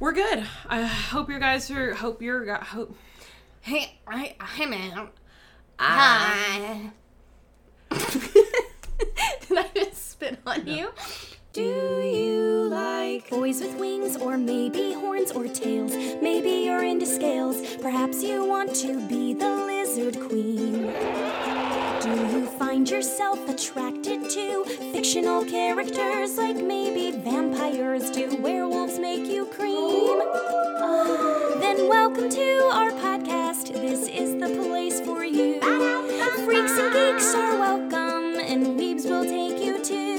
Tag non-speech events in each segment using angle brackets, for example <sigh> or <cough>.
We're good. I hope you guys are. Hope you're. got- Hope. Hey, I, hi, man. Hi. <laughs> Did I just spit on you? Do you like Boys with wings, or maybe horns or tails. Maybe you're into scales. Perhaps you want to be the lizard queen. Do you find yourself attracted to fictional characters like maybe vampires? Do werewolves make you cream? Then welcome to our podcast. This is the place for you. Freaks and geeks are welcome, and weebs will take you too.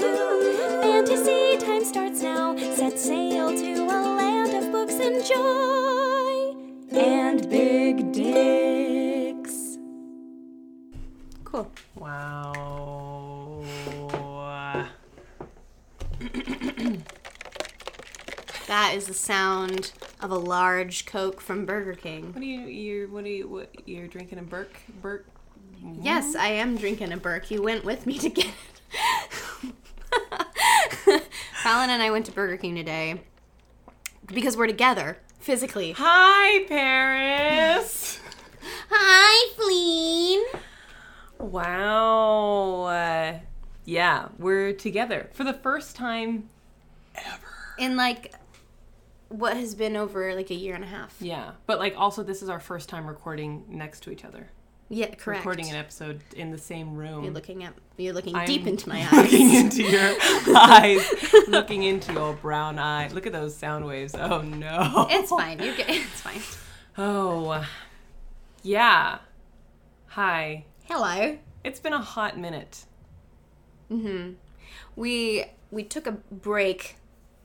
Fantasy time starts now. Set sail to a land of books and joy and big dicks. cool? Wow. That is the sound of a large Coke from Burger King. What are you? You. What are you? What you're drinking a Burke? Burke. Yes, I am drinking a Burke. You went with me to get it. <laughs> Fallon and I went to Burger King today because we're together physically. Hi, Paris. Hi, Fleen. <laughs> wow. Uh, yeah, we're together for the first time. In like what has been over like a year and a half. Yeah, but like also this is our first time recording next to each other. Yeah, correct. Recording an episode in the same room. You're looking at you're looking I'm deep into my <laughs> eyes. looking into <laughs> your eyes, looking into your brown eye. Look at those sound waves. Oh no. It's fine. You're good. It's fine. Oh, yeah. Hi. Hello. It's been a hot minute. we we took a break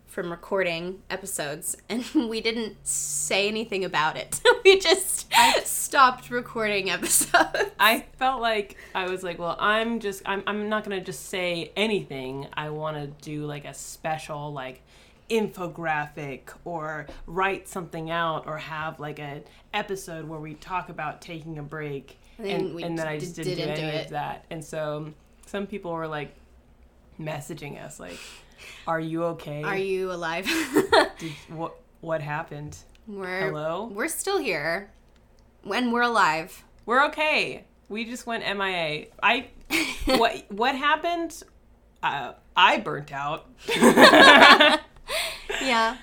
from recording episodes and <laughs> we didn't say anything about it. <laughs> we just stopped recording episodes. I felt like I was like, well, I'm just, I'm, I'm not gonna just say anything. I want to do like a special, like, infographic or write something out or have like an episode where we talk about taking a break. And we then I d- just didn't, didn't do do any it. of that. And so some people were like messaging us, like, "Are you okay? Are you alive? Did, what what happened? <laughs> we're Hello? we're still here. When we're alive. We're okay. We just went MIA. <laughs> I what what happened? Uh, I burnt <laughs> out. Yeah.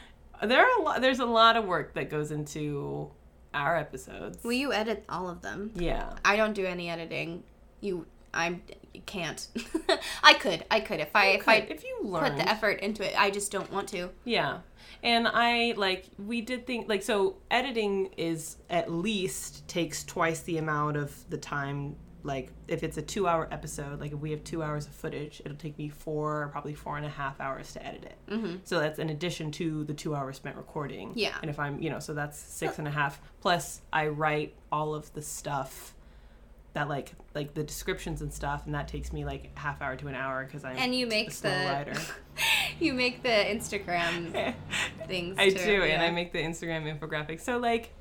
There are a lot. There's a lot of work that goes into our episodes. Will you edit all of them? yeah. I don't do any editing. You I can't. <laughs> I could. I could if I if I But if you put learn, the effort into it. I just don't want to. <laughs> yeah. And I like we did think like so editing is at least takes twice the amount of the time. Like if it's a two-hour episode, like if we have two hours of footage, it'll take me four, probably four and a half hours to edit it. Mm-hmm. So that's in addition to the two hours spent recording. Yeah. And if I'm, you know, so that's six and a half. Plus, I write all of the stuff that like like the descriptions and stuff, and that takes me like half hour to an hour because I'm And you a make slow writer. the <laughs> you make <laughs> the Instagram things. I too, do, and yeah. I make the Instagram infographic. So like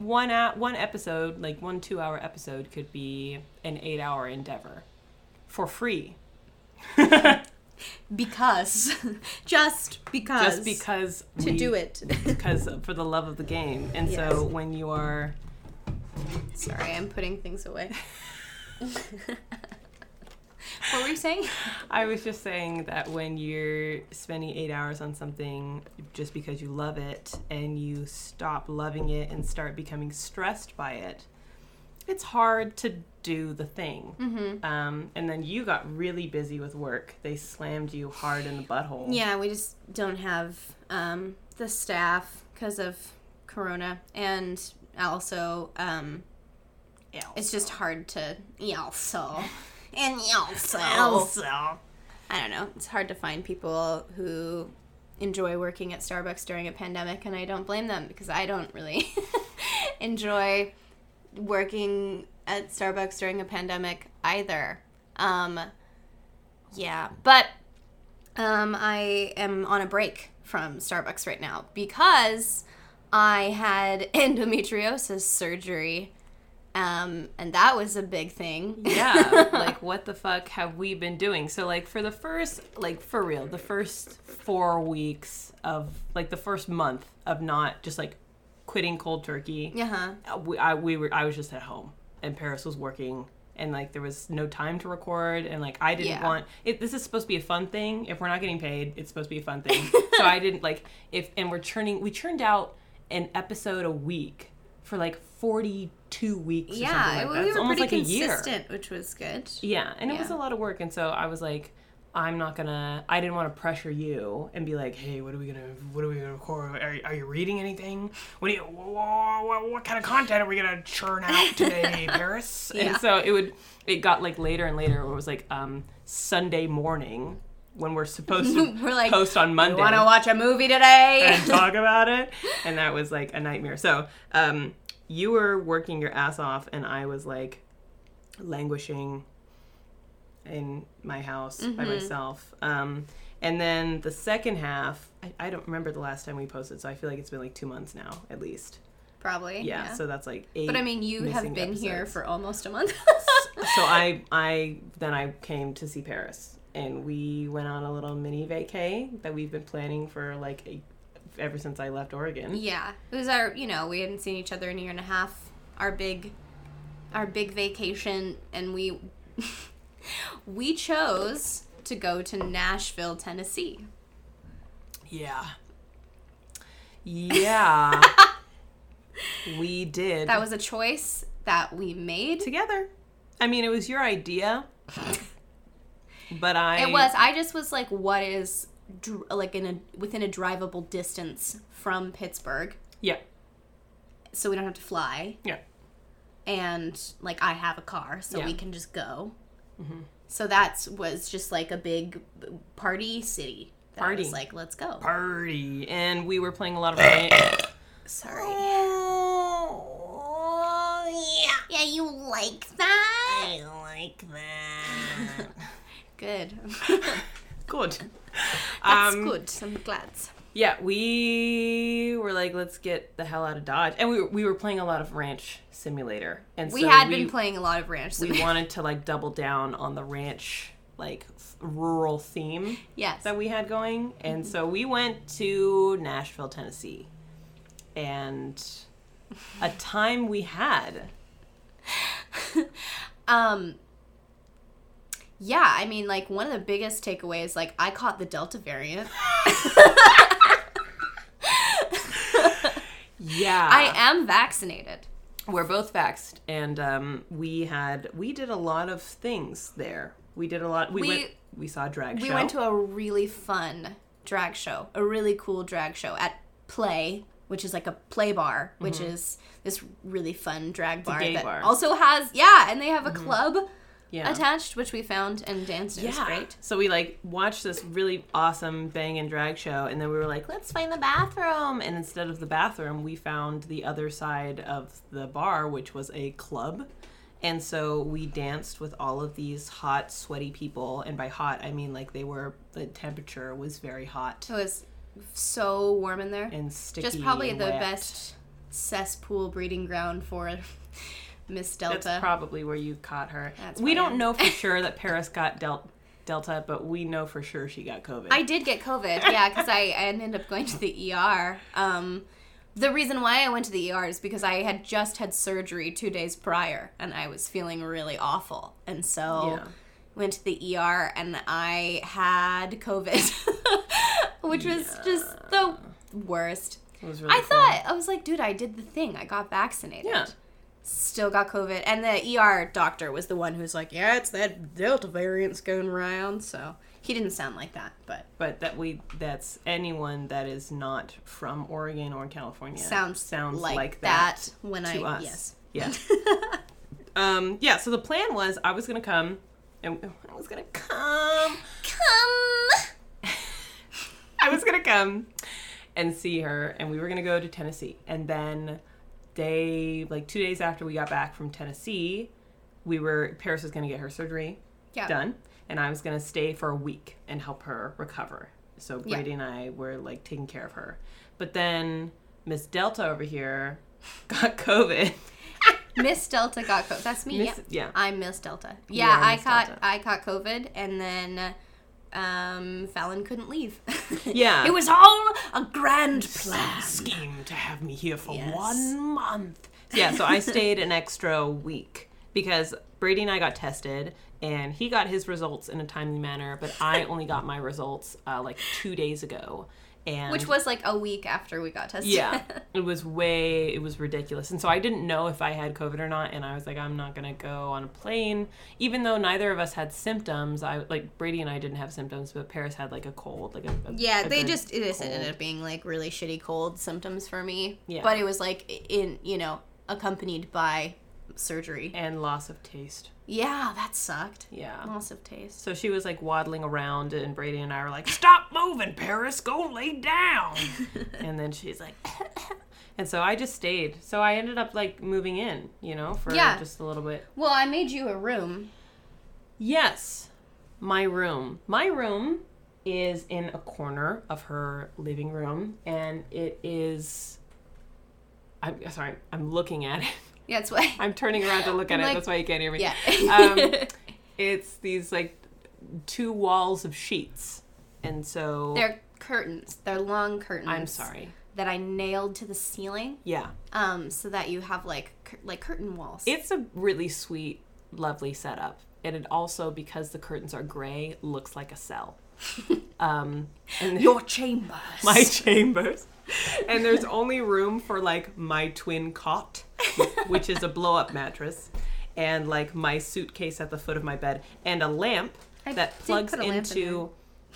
one at one episode, like one two hour episode could be an eight hour endeavor for <laughs> free. because <laughs> just because Just because to we- do it. <laughs> because of- for the love of the game. And Yes. so when you are Sorry, I'm putting things <laughs> away. <laughs> what were you saying? I was just saying that when you're spending eight hours on something just because you love it and you stop loving it and start becoming stressed by it, it's hard to do the thing. Mm-hmm. Um, and then you got really busy with work. They slammed you hard in the butthole. Yeah, we just don't have um, the staff because of Corona, and also um, Yeah. it's just hard to yeah so and yeah so Also. I don't know. It's hard to find people who enjoy working at Starbucks during a pandemic, and I don't blame them because I don't really <laughs> enjoy working at Starbucks during a pandemic either. Um, yeah, but um, I am on a break from Starbucks right <laughs> now because I had endometriosis surgery Um, and that was a big thing. <laughs> yeah like what the fuck have we been doing so like for the first like for real the first four weeks of like the first month of not just like quitting cold turkey Uh huh. uh, we, I, we were i was just at home and paris was working and like there was no time to record and like i didn't Yeah. want it this is supposed to be a fun thing if we're not getting paid it's supposed to be a fun <laughs> thing so i didn't like if and we're churning we churned out an episode a week for like 42 weeks or something Yeah, like we that. were It's almost pretty like a year consistent, which was good. yeah, and it was a Yeah. lot of work, and so I was like, I'm not gonna. I didn't want to pressure you and be like, Hey, what are we gonna? What are we gonna record? Are, you- are you reading anything? What do you? What, what, what kind of content are we gonna churn out today, Paris? And Yeah. so it would. It got like later and later. Where it was like um, Sunday morning when we're supposed to <laughs> We're like, post on You Monday want to watch a movie today? <laughs> and talk about it. And that was like a nightmare. So um, you were working your ass off, and I was like languishing in my house by Mm-hmm. myself. Um, and then the second half, I, I don't remember the last time we posted, so I feel like it's been like two months now, at least. Probably. Yeah. So that's like eight. But I mean, you have missing been here episodes. for almost <laughs> a month. so I, I then I came to see Paris, and we went on a little mini vacay that we've been planning for like a, ever since I left Oregon. yeah, it was our. You know, we hadn't seen each other in a year and a half. Our big, our big vacation, and we, <laughs> we chose to go to Nashville, Tennessee. Yeah. Yeah. we did. That was a choice that we made. together. I mean, it was your idea. But I It was. I just was like, what is dr- like in a within a drivable distance from Pittsburgh, Yeah. so we don't have to fly, Yeah. and like I have a car, so Yeah. Mm-hmm. we can just go. So that was just like a big party city. That I Party. was like, let's go. Party. And we were playing a lot of games. Sorry. <laughs> Oh, Yeah, you like that? I like that. Good. <laughs> Um, Good. That's Um, good. I'm glad. Yeah, we were like, let's get the hell out of Dodge, and we were, we were playing a lot of Ranch Simulator, and We so had been playing a lot of ranch. So we wanted to like double down on the ranch like f- rural theme yes. that we had going and Mm-hmm. so we went to nashville tennessee and <laughs> a time we had Um Yeah, I mean like one of the biggest takeaways like I caught the Delta variant. Ah. yeah I am vaccinated. we're both vaxxed and um, we had we did a lot of things there we did a lot we, We- went we saw a drag We show went to a really fun drag show, a really cool drag show at Play, which is like a play bar, which is this really fun drag bar Mm-hmm. gay that bar. Mm-hmm. also has yeah, and they have a club yeah attached which we found and danced in. It was yeah. great. So we like watched this really awesome bang and drag show, and then we were like, let's find the bathroom. And instead of the bathroom, we found the other side of the bar, which was a club. And so we danced with all of these hot, sweaty people. And by hot, I mean like they were, the temperature was very hot It was so warm in there. and sticky. just probably and the wet. best cesspool breeding ground for <laughs> Miss That's Delta. probably where you caught her. That's we where I don't am. <laughs> know for sure that Paris got del- Delta, but we know for sure she got COVID. I did get COVID, yeah, because I, I ended up going to the ER. Um, the reason why I went to the ER is because I had just had surgery two days prior, and I was feeling really awful, and so Yeah. went to the ER, and I had COVID, <laughs> which was just the worst. It was really I cool. thought I was like, dude, I did the thing. I got vaccinated. Yeah. still got COVID, and the ER doctor was the one who's like, "Yeah, it's that Delta variant's going around." So he didn't sound like that, but but that we that's anyone that is not from Oregon or California sounds sounds like, like, that, that, when to I us. yes, Yeah. <laughs> um yeah, so the plan was I was going to come and <laughs> I was going to come. come. <laughs> I was going to come and see her and we were going to go to Tennessee. And then day like 2 days after we got back from Tennessee, we were Paris was going to get her surgery Yeah, done and i was going to stay for a week and help her recover so Yeah. brady and i were like taking care of <laughs> her but then miss delta over here got covid Miss Delta got COVID. That's me. Miss- yeah. yeah. I'm Miss Delta. You Yeah, are I Miss caught Delta. I caught COVID, and then um, Fallon couldn't leave. <laughs> Yeah. it was all a grand plan. scheme to have me here for Yes. one month. Yeah, so I stayed an extra week because Brady and I got tested and he got his results in a timely manner, but I only got my results uh, like two days ago. And Which was like a week after we got <laughs> tested. yeah, it was way, it was ridiculous. And so I didn't know if I had COVID or not. And I was like, I'm not going to go on a plane. Even though neither of us had symptoms, I like Brady and I didn't have symptoms, but Paris had like a cold. like a, a- Yeah, a they good- just it just ended cold. up being like really shitty cold symptoms for me. Yeah. But it was like in you know accompanied by surgery. And loss of taste. Yeah, that sucked. Yeah. Loss of taste. So she was like waddling around, and Brady and I were like, <laughs> Stop moving, Paris, go lay down. and then she's like, <laughs> And so I just stayed. So I ended up like moving in, you know, for Yeah. just a little bit. Well, I made you a room. Yes, my room. My room is in a corner of her living room, and it is. I'm sorry, I'm looking at it. <laughs> Yeah, that's why. I'm turning around to look at I'm it. like- That's why you can't hear me. yeah. <laughs> Um, it's these like two walls of sheets. And so <laughs> They're curtains. They're long curtains. I'm sorry. That I nailed to the ceiling, Yeah. um, so that you have like cur- like curtain walls. It's a really sweet, lovely setup. And it also, because the curtains are gray, looks like a cell. um, and your chambers. <laughs> my chambers. And there's only room for like my twin cot, which is a blow up mattress, and like my suitcase at the foot of my bed, and a lamp I that did plugs put a lamp in into.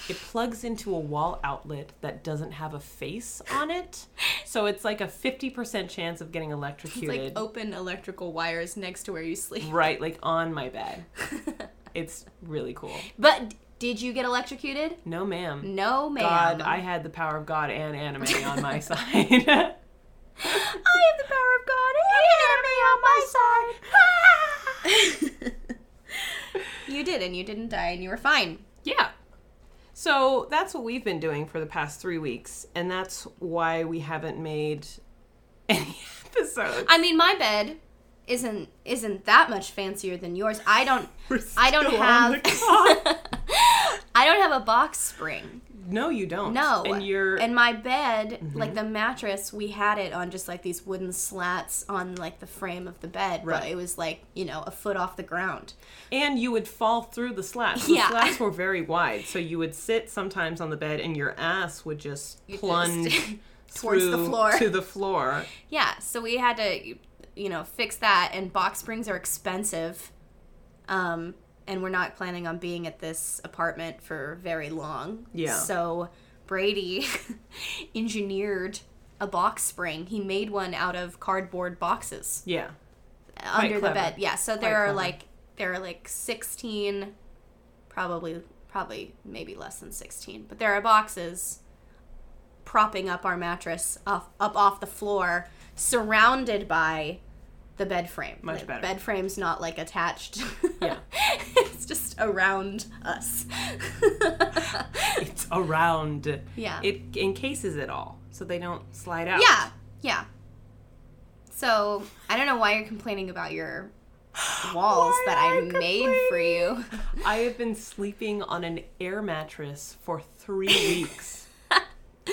It plugs into a wall outlet that doesn't have a face on it. So it's like a 50% chance of getting It's electrocuted. like oh. open electrical wires next to where you sleep. right, like on my bed. Mm. It's really cool. <laughs> But d- did you get electrocuted? No, ma'am. No, ma'am. God, I had the power of God and anime on my <laughs> side. I have the power of God and enemy on my side. you did, and you didn't die, and you were fine. Yeah. So that's what we've been doing for the past three weeks, and that's why we haven't made <laughs> any episodes. I mean, my bed isn't isn't that much fancier than yours. I don't We're I don't still on have the <laughs> clock. I don't have a box spring. no, you don't. No. And you're. Mm-hmm. and my bed, like the mattress, we had it on just like these wooden slats on like the frame of the bed, but Right. it was like, you know, a foot off the ground. And you would fall through the slats. The Yeah. slats were very wide, so you would sit sometimes on the bed, and your ass would just You just- plunge <laughs> Towards the through floor. to the floor. Yeah, so we had to you know, fix that and box springs are expensive. Um and we're not planning on being at this apartment for very long. Yeah. So Brady <laughs> engineered a box spring. He made one out of cardboard boxes. Yeah. under the clever. bed. Yeah, so there Quite are clever. like there are like 16 probably probably maybe less than 16, but there are boxes propping up our mattress off, up off the floor surrounded by the bed frame. Much the better. Bed frame's not like attached. Yeah. <laughs> it's just around us. <laughs> It's around. Yeah. It encases it all, so they don't slide out. yeah. Yeah. So, I don't know why you're complaining <sighs> about your walls Why that am I I made for you. I have been sleeping on an air mattress for <laughs> three weeks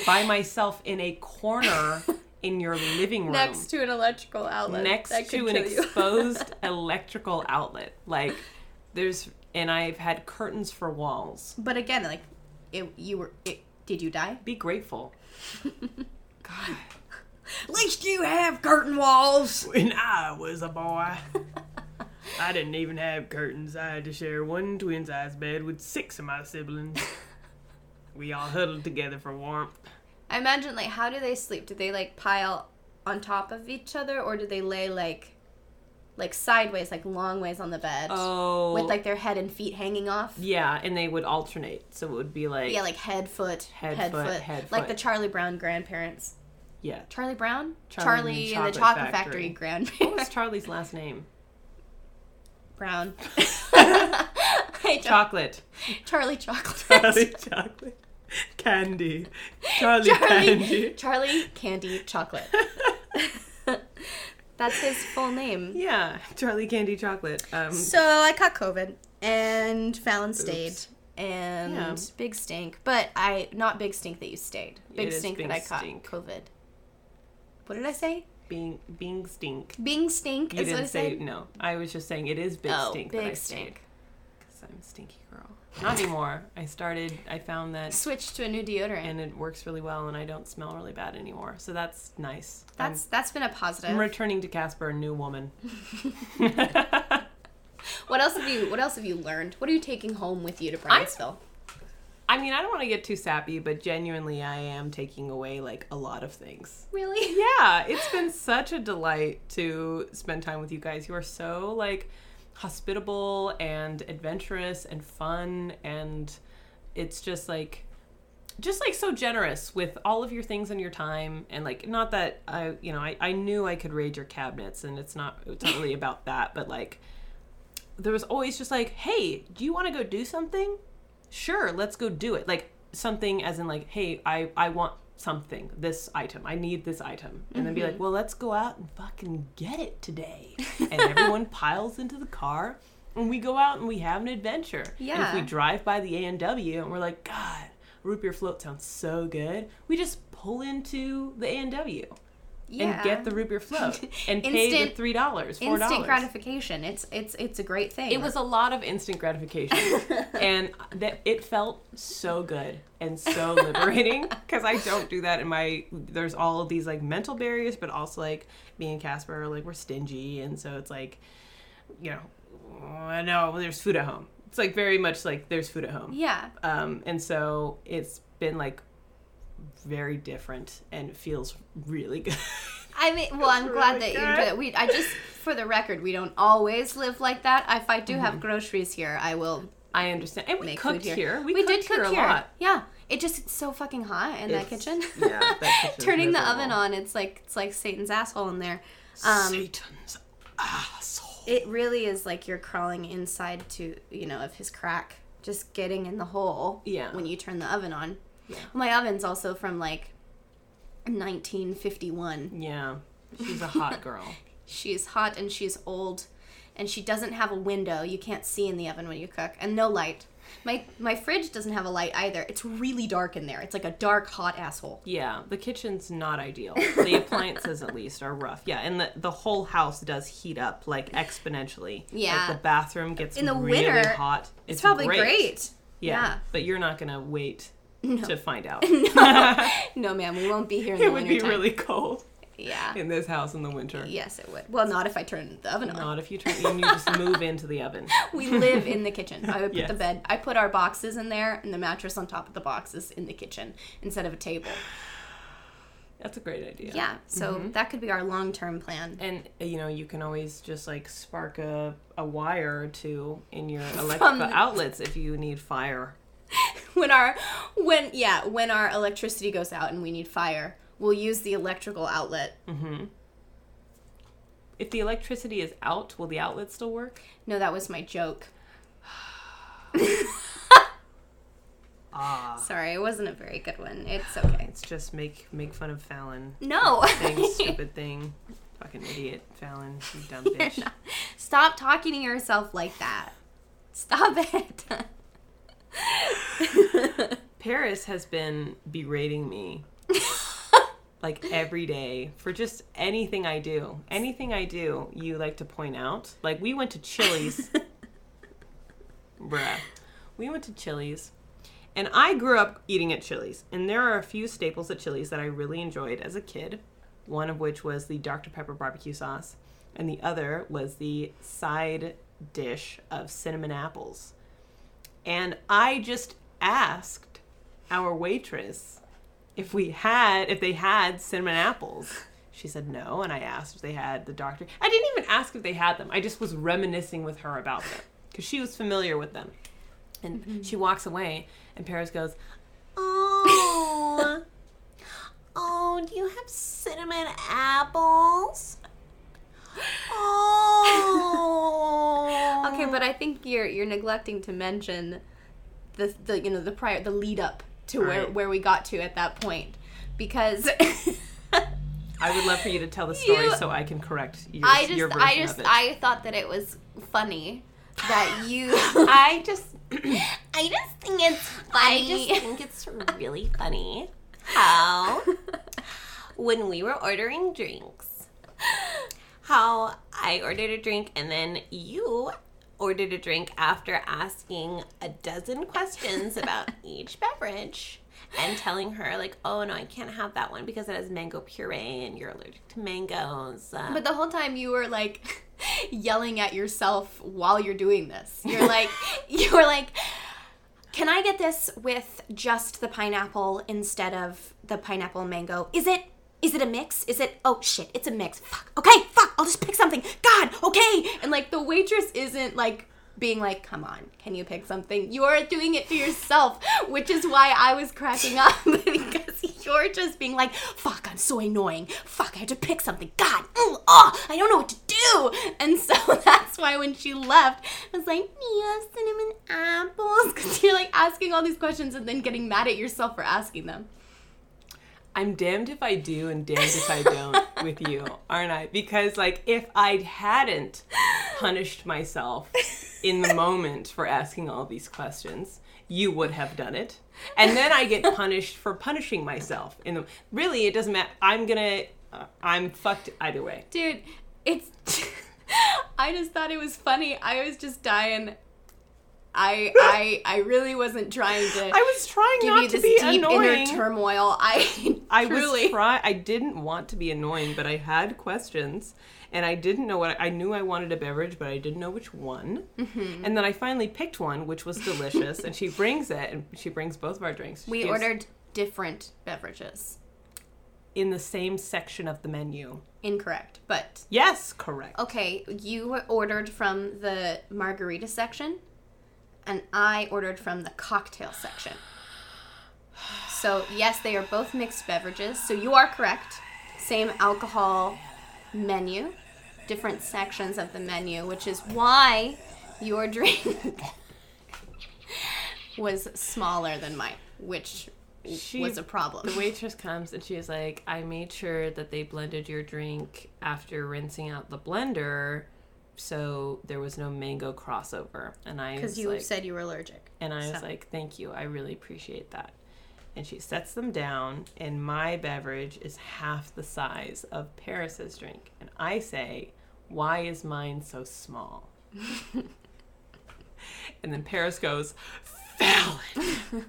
by myself in a corner in your living room next to an electrical outlet. next that could to an kill you. <laughs> exposed electrical outlet. Like, there's, and I've had curtains for walls. but again, like, it, you were. It, did you die? Be grateful. God. At least you have curtain walls. When I was a boy, I didn't even have curtains. I had to share one twin size bed with six of my <laughs> siblings. We all huddled together for warmth. I imagine like, how do they sleep? Do they like pile on top of each other, or do they lay like, like sideways, like long ways on the bed, Oh, with like their head and feet hanging off? Yeah, and they would alternate. So it would be like Yeah, like head, foot, Head, foot, head, like foot. the Charlie Brown grandparents. yeah. Charlie Brown, Charlie Charlie, and the and the Chocolate Chocolate <laughs> Factory. Factory, What was grandparents. Charlie's last name? <laughs> <laughs> Brown. I don't- <laughs> Chocolate. Charlie Chocolate. <laughs> Charlie Chocolate. Candy. Charlie, Charlie, Candy. <laughs> Charlie Candy Chocolate. <laughs> That's his full name. Yeah, Charlie Candy Chocolate. Um, So I caught COVID and Fallon stayed Oops. and Yeah. big stink. But I not big stink that you stayed. Big It is stink big that I caught stink. COVID. What did I say? Bing, Bing Stink. Bing stink You is what I didn't say said. no. I was just saying it is Big oh, Stink. big that I stink. Because I'm a stinky girl. Not anymore. I started. I found that, Switched to a new deodorant. and it works really well, and I don't smell really bad anymore. So that's nice. I'm- that's that's been a positive. I'm returning to Casper, a new <laughs> woman. <laughs> what else have you What else have you learned? What are you taking home with you to Brownsville? I mean, I don't want to get too sappy, but genuinely, I am taking away like a lot of things. really? <laughs> Yeah, it's been such a delight to spend time with you guys. You are so like hospitable and adventurous and fun and it's just like just like so generous with all of your things and your time and like not that I you know I, I knew I could raid your cabinets and it's not it's not really about that but like there was always just like hey do you want to go do something sure let's go do it like something as in like hey I I want something this item I need this item and then be Mm-hmm. like well let's go out and fucking get it today and <laughs> everyone piles into the car and we go out and we have an adventure and if Yeah. we drive by the A and W and we're like, God, root beer float sounds so good. We just pull into the A and W and get the root beer <laughs> float and pay the Instant- three dollars, four instant dollars. gratification. It's it's it's a great thing. It was a lot of instant gratification, and that it felt so good and so liberating because I don't do that in my. There's all of these like mental barriers, but also like me and Casper are like we're stingy, and so it's like, you know, I know there's food at home. It's like very much like there's food at home yeah. um, and so it's been like very different and it feels really good <laughs> I mean, well, I'm glad that you enjoy good. that. We I just for the record, we don't always live like that. If I do have groceries here, I will i understand and Mm-hmm. we make cooked food here, here. we, cooked here a lot Yeah. It just it's so fucking hot in that It's- kitchen. yeah <laughs> that kitchen is Turning the miserable. oven on, it's like it's like Satan's asshole in there. Um, satan's asshole It really is like you're crawling inside to, you know, of his crack, just getting in the hole. Yeah. When you turn the oven on. My oven's also from like 1951. yeah she's a hot <laughs> girl She's hot and she's old, and she doesn't have a window. You can't see in the oven when you cook, and no light. My my fridge doesn't have a light either. It's really dark in there. It's like a dark hot asshole. yeah the kitchen's not <laughs> ideal the appliances at least are rough yeah and the, the whole house does heat up like exponentially Yeah. like, the bathroom gets In the really winter, hot it's, It's probably great. Yeah. Yeah. But you're not going to <laughs> wait to find out. No, ma'am, we won't be here in the it would be wintertime. really cold <laughs> yeah. in this house in the winter. Yes, it would. Well, not if I turn the oven on. Not if you turn and you just move into the <laughs> oven. We live in the kitchen. I would put the Yes. bed. I put our boxes in there, and the mattress on top of the boxes in the kitchen instead of a table. That's a great idea. Yeah, so Mm-hmm. that could be our long-term plan. And uh, you know, you can always just like spark a, a wire or two in <laughs> your electrical From the- outlets if you need fire. When our, when yeah, when our electricity goes out and we need fire, we'll use the electrical outlet. Mm-hmm. If the electricity is out, will the outlet still work? No, that was my joke. <laughs> Ah. Sorry, it wasn't a very good one. <sighs> It's okay. It's just make make fun of Fallon. No, <laughs> Thing, <laughs> stupid thing. Fucking idiot, Fallon, you dumb <laughs> bitch. <laughs> stop talking to yourself like that. Stop it. <laughs> Paris has been berating me like every day for just anything I do. Anything I do, you like to point out. Like we went to Chili's. Bruh. We went to Chili's. And I grew up eating at Chili's. And there are a few staples at Chili's that I really enjoyed as a kid. One of which was the Dr. Pepper barbecue sauce. And the other was the side dish of cinnamon apples. And I just asked our waitress if we had if they had cinnamon apples. She said no, and I asked if they had the doctor. I didn't even ask if they had them. I just was reminiscing with her about them because she was familiar with them. And she walks away, and Paris <laughs> goes, "Oh, oh, do you have cinnamon apples? <laughs> Oh, Okay, but I think you're you're neglecting to mention the the you know the prior the lead up to where Right. <laughs> where we got to at that point because I would love for you to tell the story You- so I can correct your, I just, your version I just, of it. I thought that it was funny that <laughs> you. I <clears throat> just, I just think it's I funny. just think <laughs> it's really funny <laughs> how when we were ordering drinks, how I ordered a drink and then you ordered a drink after asking a dozen <laughs> questions about each beverage and telling her like, "Oh no, I can't have that one because it has mango puree and you're allergic to mangoes." Uh, but the whole time you were like <laughs> yelling at yourself while you're doing this. You're like, you were like, can I get this with just the pineapple instead of the pineapple and mango? Is it? Is it a mix? Is it? Oh shit! It's a mix. Fuck. Okay. Fuck. I'll just pick something. God. Okay. And like the waitress isn't like being like, "Come on, can you pick something?" You're doing it to yourself, which is why I was cracking up <laughs> because you're just being like, "Fuck, I'm so annoying. Fuck, I have to pick something. God, mm, oh, I don't know what to do." <laughs> And so that's why when she left, I was like, "Mia, cinnamon apples," <laughs> because you're like asking all these questions and then getting mad at yourself for asking them. I'm damned if I do and damned if I don't with you, aren't I? Because like if I hadn't punished myself in the moment for asking all these questions, you would have done it. And then I get punished for punishing myself. In the really, it doesn't matter. I'm gonna, uh, I'm fucked either way. Dude, it's. <laughs> I just thought it was funny. I was just dying. I <laughs> I I really wasn't trying to I was trying give not you to this be deep annoying. inner turmoil. I I truly. was try. I didn't want to be annoying, but I had questions, and I didn't know what I, knew. I wanted a beverage, but I didn't know which one. And then I finally picked one, which was delicious. and she brings it, and she brings both of our drinks. we She was ordered different beverages. in the same section of the menu. Incorrect, but Yes, correct. okay. You ordered from the margarita section, and I ordered from the cocktail section. So yes, they are both mixed beverages. So you are correct. Same alcohol menu, different sections of the menu, which is why your <laughs> drink was smaller than mine, which She- was a problem. The waitress comes and she's like, I made sure that they blended your drink after rinsing out the blender so there was no mango crossover. And I because was you like, said you were allergic. And I was So- like, thank you. I really appreciate that. And she sets them down, and my beverage is half the size of Paris's drink. And I say, why is mine so small? <laughs> and then Paris goes, Fallon, <laughs>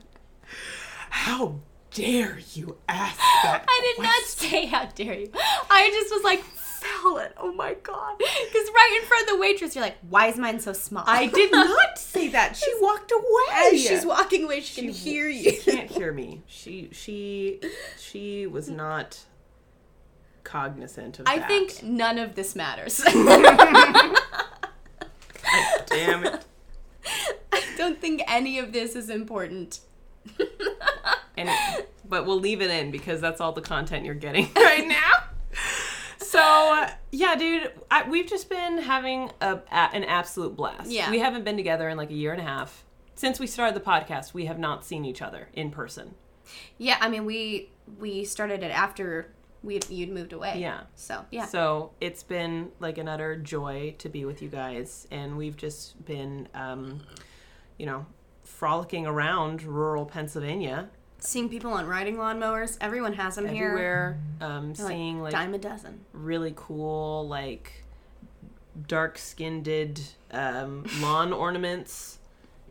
how dare you ask that? I did not say how dare you. I just was like, salad. Oh my god. Because right in front of the waitress, you're like, why is mine so small? I <laughs> did not say that. She walked away. As she's walking away, she, can hear you. can't hear me. She she she was <laughs> not cognizant of I that. think none of this <laughs> matters. Damn it. I don't think any of this is important. And <laughs> it, but we'll leave it in because that's all the content you're getting right <laughs> now. So uh, yeah, dude, I, we've just been having a, a, an absolute blast. Yeah. we haven't been together in like a year and a half since we started the podcast. We have not seen each other in person. Yeah, I mean, we we started it after we you'd moved away. Yeah. So yeah. So it's been like an utter joy to be with you guys, and we've just been, um, you know, frolicking around rural Pennsylvania Seeing people on riding lawnmowers, everyone has them here. everywhere, um, Like, seeing like dime a dozen. really cool like dark skinned um, lawn <laughs> ornaments.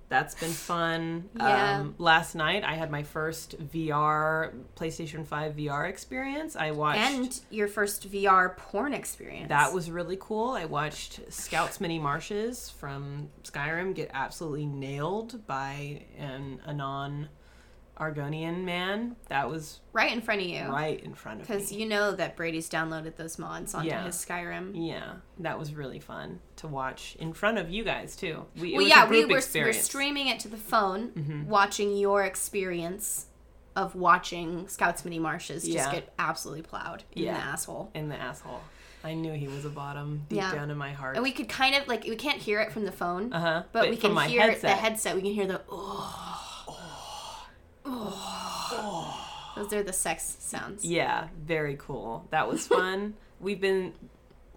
That's been fun. Yeah. Um, last night I had my first VR PlayStation 5 VR experience. I watched And your first VR porn experience. that was really cool. I watched Scouts Mini Marshes from Skyrim get absolutely nailed by an Anon Argonian man. That was right in front of you. right in front of me. Because you know that Brady's downloaded those mods onto Yeah. his Skyrim. Yeah, that was really fun to watch in front of you guys too. We, it Well, was yeah, a we group were, were experience. Mm-hmm. streaming it to the phone, watching your experience of watching Scouts Mini Marshes just Yeah. get absolutely plowed in Yeah. the asshole. in the asshole. I knew he was a bottom deep Yeah. down in my heart. And we could kind of like we can't hear it from the phone, Uh-huh, but, but we from can my hear it the headset. headset. We can hear the oh, oh, Those are the sex sounds. Yeah, very cool. That <laughs> was fun. We've been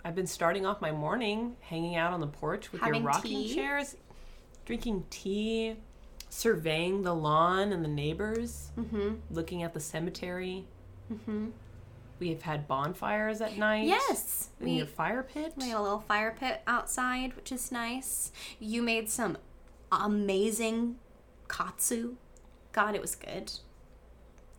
I've been starting off my morning hanging out on the porch with Having your rocking tea. chairs, drinking tea, surveying the lawn and the neighbors, Mm-hmm. looking at the cemetery. Mm-hmm. We have had bonfires at night. Yes, In we your fire pit. we had a little fire pit outside, which is nice. You made some amazing katsu. God, it was good.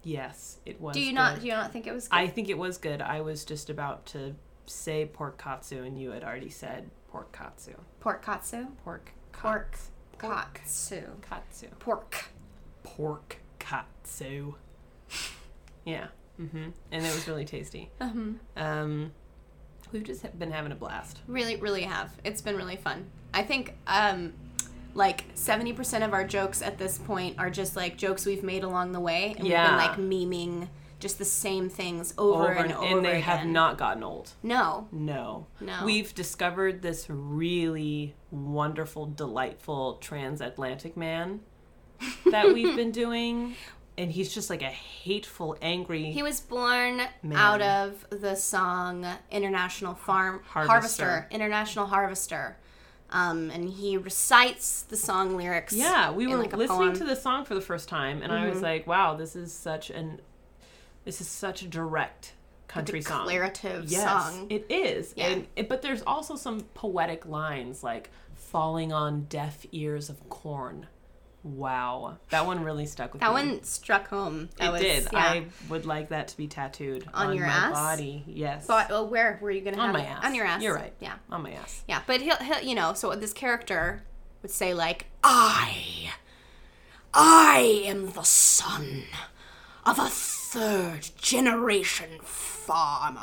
yes, it was. do you good. not? Do you not think it was good? I think it was good. I was just about to say pork katsu and you had already said pork katsu. pork katsu. Pork kat- Pork Pork. katsu. katsu. Pork. pork katsu. <laughs> yeah. hmm And it was really tasty. Mhm. Um, we've just ha- been having a blast. Really, really have. It's been really fun. I think um, like seventy percent of our jokes at this point are just like jokes we've made along the way, and Yeah. we've been like memeing just the same things over, and, over. and they have again. not gotten old. No, No. No. We've discovered this really wonderful, delightful transatlantic <laughs> man that we've been doing. And he's just like a hateful, angry. He was born out of the song International Farm Harvester, Harvester. International Harvester. Um, and he recites the song lyrics. Yeah, we in, were like, a listening poem. Mm-hmm. to the song for the first time, and I was like, "Wow, this is such an, this is such a direct country song, declarative yes, song. it is." Yeah. And it, but there's also some poetic lines like "falling on deaf ears of corn." Wow, that one really stuck with That me. one struck home. That it was, did. yeah. I would like that to be tattooed On your my ass? body. Yes, But well, oh, where were you gonna on have my it? ass. On your ass. You're right. Yeah, on my ass. yeah. But he'll, he'll, you know, so this character would say like, "I, I am the son of a third generation farmer."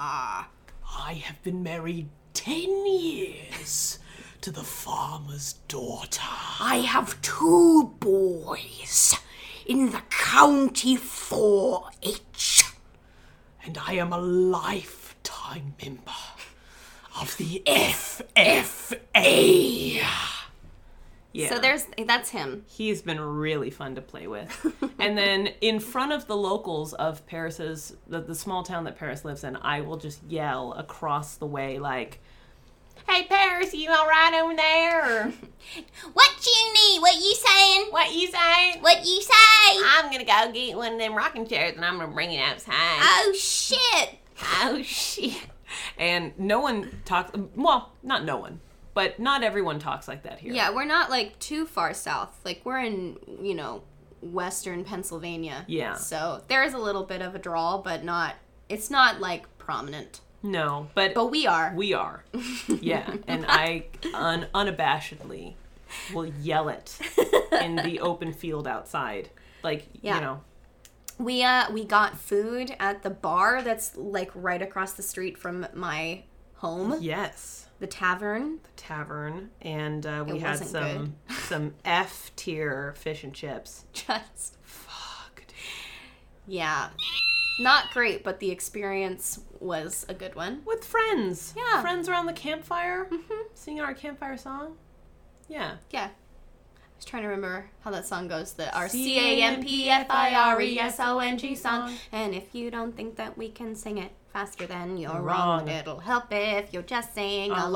I have been married ten years to the farmer's daughter. I have two boys in the county 4 H. and I am a lifetime member of the FFA. Yeah. So there's that's him. he's been really fun to play with. <laughs> and then in front of the locals of Paris's, the, the small town that Paris lives in, I will just yell across the way, like, Hey, Paris, you all right over there? What you need? What you saying? What you say? What you say? I'm gonna go get one of them rocking chairs and I'm gonna bring it outside. Oh shit! Oh shit! And no one talks, well, not no one, but not everyone talks like that here. Yeah, we're not like too far south. Like we're in, you know, western Pennsylvania. Yeah. So there is a little bit of a drawl, but not. It's not like prominent. No, but, But we are. we are. Yeah. <laughs> And I un- unabashedly will yell it in <laughs> the open field outside. Like, Yeah. you know, We uh we got food at the bar that's like right across the street from my home, yes. the tavern. <laughs> tavern and uh, we It had wasn't some <laughs> some F tier fish and chips. Just Fuck. dude. yeah. Not great, but the experience was a good one. With friends. Yeah. Mm-hmm. Friends around the campfire. Singing our campfire song. Yeah. Yeah. I was trying to remember how that song goes. The R C A M P F I R E S O N G R-C-A-M-P-F-I-R-E-S-O-N-G song. And if you don't think that we can sing it faster than you're wrong, Wrong. it'll help if you'll just sing along.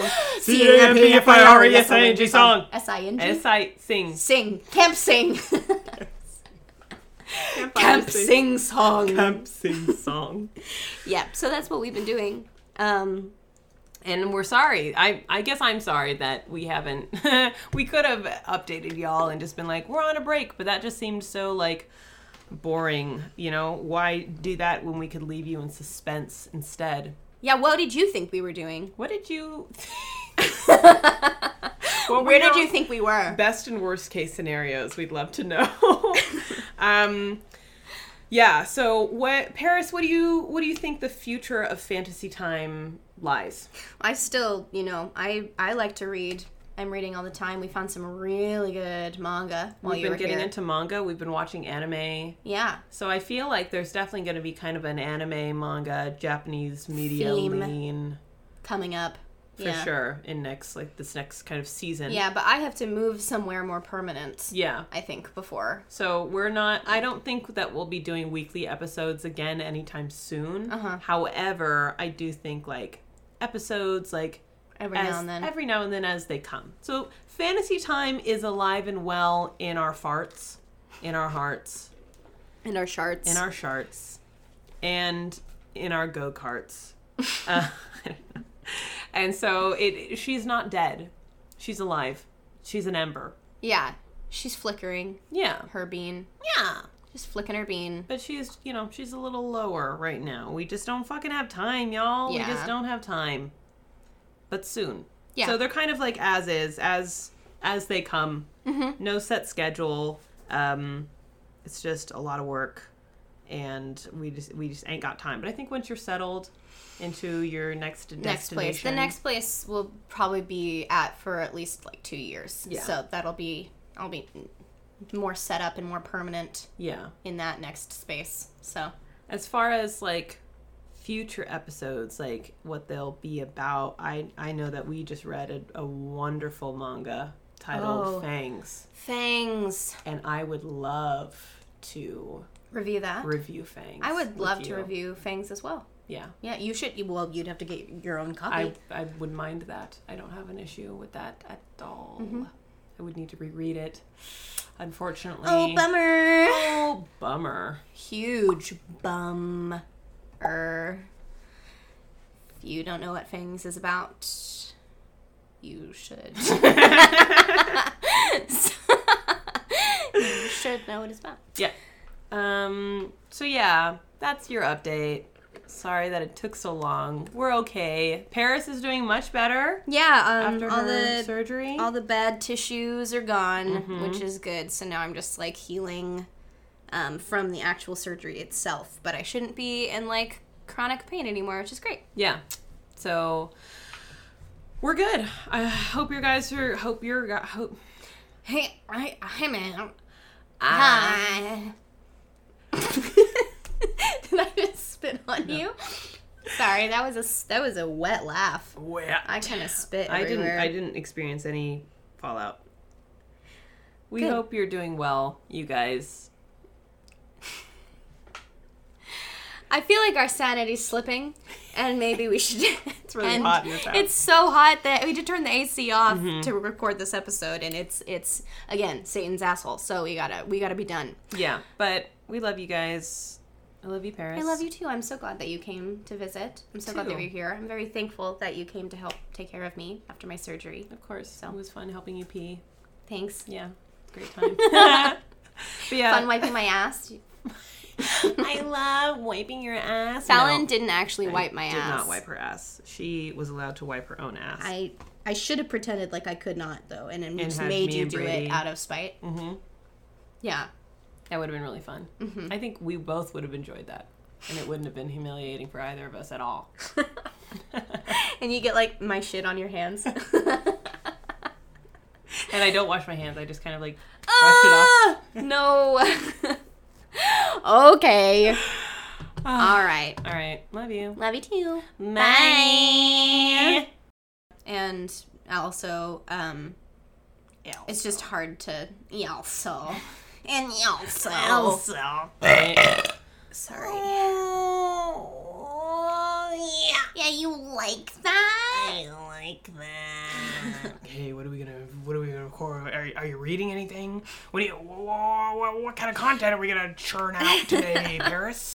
Along. C-A-M-P-F-I-R-E-S-O-N-G E C-A-M-P-F-I-R-E-S-O-N-G song. S I N G. S I sing. Sing. Camp sing. <laughs> Camp sing song. Camp sing song. Yeah, so that's what we've been doing. Um, And we're sorry. I I guess I'm sorry that we haven't. <laughs> we could have updated y'all and just been like, we're on a break, but that just seemed so like boring. You know, why do that when we could leave you in suspense instead? yeah, what did you think we were doing? What did <laughs> you? Where did you think we were? <laughs> best and worst case scenarios? We'd love to <laughs> know. um, yeah. So what, Paris? What do you what do you think the future of fantasy time lies? I still, you know, I I like to read. I'm reading all the time. We found some really good manga while We've you been were getting here. into manga. We've been watching anime. yeah, So I feel like there's definitely going to be kind of an anime, manga, Japanese media Theme. lean. coming up. for Yeah. sure in next like this next kind of season. Yeah, but I have to move somewhere more permanent. Yeah. I think before. So we're not. I don't think that we'll be doing weekly episodes again anytime soon. Uh-huh. However, I do think like episodes like Every as- now and then. every now and then as they come. So fantasy time is alive and well in our farts, in our hearts, in our shards. in our sharts, and in our go karts. <laughs> and so it. She's not dead. She's alive. She's an ember. yeah. She's flickering Yeah. her bean. Yeah. She's flicking her bean. But she's, you know, she's a little lower right now. We just don't fucking have time, y'all. We Yeah. just don't have time. But soon. Yeah. So they're kind of like as is, as as they come. Mm-hmm. No set schedule. Um, it's just a lot of work, and we just we just ain't got time. But I think once you're settled into your next destination, Next place. The next place we'll probably be at for at least like two years. Yeah. So that'll be I'll be more set up and more permanent yeah. in that next space. So as far as like future episodes like what they'll be about i i know that we just read a, a wonderful manga titled Oh. fangs Fangs. and i would love to Review that. review fangs I would with love you. to review Fangs as well. yeah Yeah, you should. you- Well, you'd have to get your own copy. I, I would mind that. I don't have an issue with that at all. Mm-hmm. I would need to reread it, unfortunately. oh, bummer. Oh, bummer. Huge bum. Er. If you don't know what Fangs is about, <laughs> you should. <laughs> you should know what it's about. Yeah. Um. So yeah, that's your update. Sorry that it took so long. We're okay. Paris is doing much better Yeah, um, after all her the surgery. all the bad tissues are gone, which is good. So now I'm just like healing um, from the actual surgery itself, but I shouldn't be in like chronic pain anymore, which is great. yeah. So we're good. I hope your guys are. Hope your gu- hope. Hey, I, I'm out. Ah. Hi. <laughs> Did I just spit on you? Sorry, that was a s- that was a wet laugh. Well, I kind of spit. I didn't. everywhere. I didn't experience any fallout. We Good. hope you're doing well, you guys. I feel like our sanity's slipping, and maybe we should. <laughs> it's really hot in Mm-hmm. this house. It's so hot that we did turn the AC off to record this episode, and it's it's again Satan's asshole. So we gotta we gotta be done. Yeah, but we love you guys. I love you, Paris. I love you too. I'm so glad that you came to visit. I'm so glad that Too. you're here. I'm very thankful that you came to help take care of me after my surgery. Of course. It was fun helping you pee. <laughs> Thanks. Yeah, great <laughs> time. but yeah, Fun wiping my ass. <laughs> I love wiping your ass. Fallon didn't actually wipe my did ass. not wipe her ass. She was allowed to wipe her own ass. I I should have pretended like I could not though, and, and just had made me you and do Brady. it out of spite. Mm-hmm. Yeah. that would have been really fun. I think we both would have enjoyed that, and it wouldn't have been humiliating for either of us at all. <laughs> And you get like my shit on your hands. And I don't wash my hands. I just kind of like brush Ah, no. okay. All right. it off. All right, love you. Love you too. Bye. And also, um, it's just hard to also and also. Also. Sorry. Oh, yeah. Yeah, you like that? I like that. Hey, what are we gonna? What are we gonna record? Are, are you reading anything? What do you? What, what, what kind of content are we gonna churn out today, Paris?